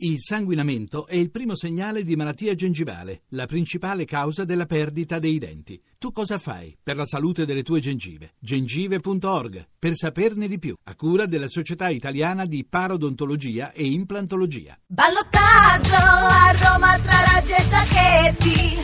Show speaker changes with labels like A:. A: Il sanguinamento è il primo segnale di malattia gengivale, la principale causa della perdita dei denti. Tu cosa fai per la salute delle tue gengive? gengive.org per saperne di più, a cura della Società Italiana di Parodontologia e Implantologia.
B: Ballottaggio a Roma tra Raggi e Giacchetti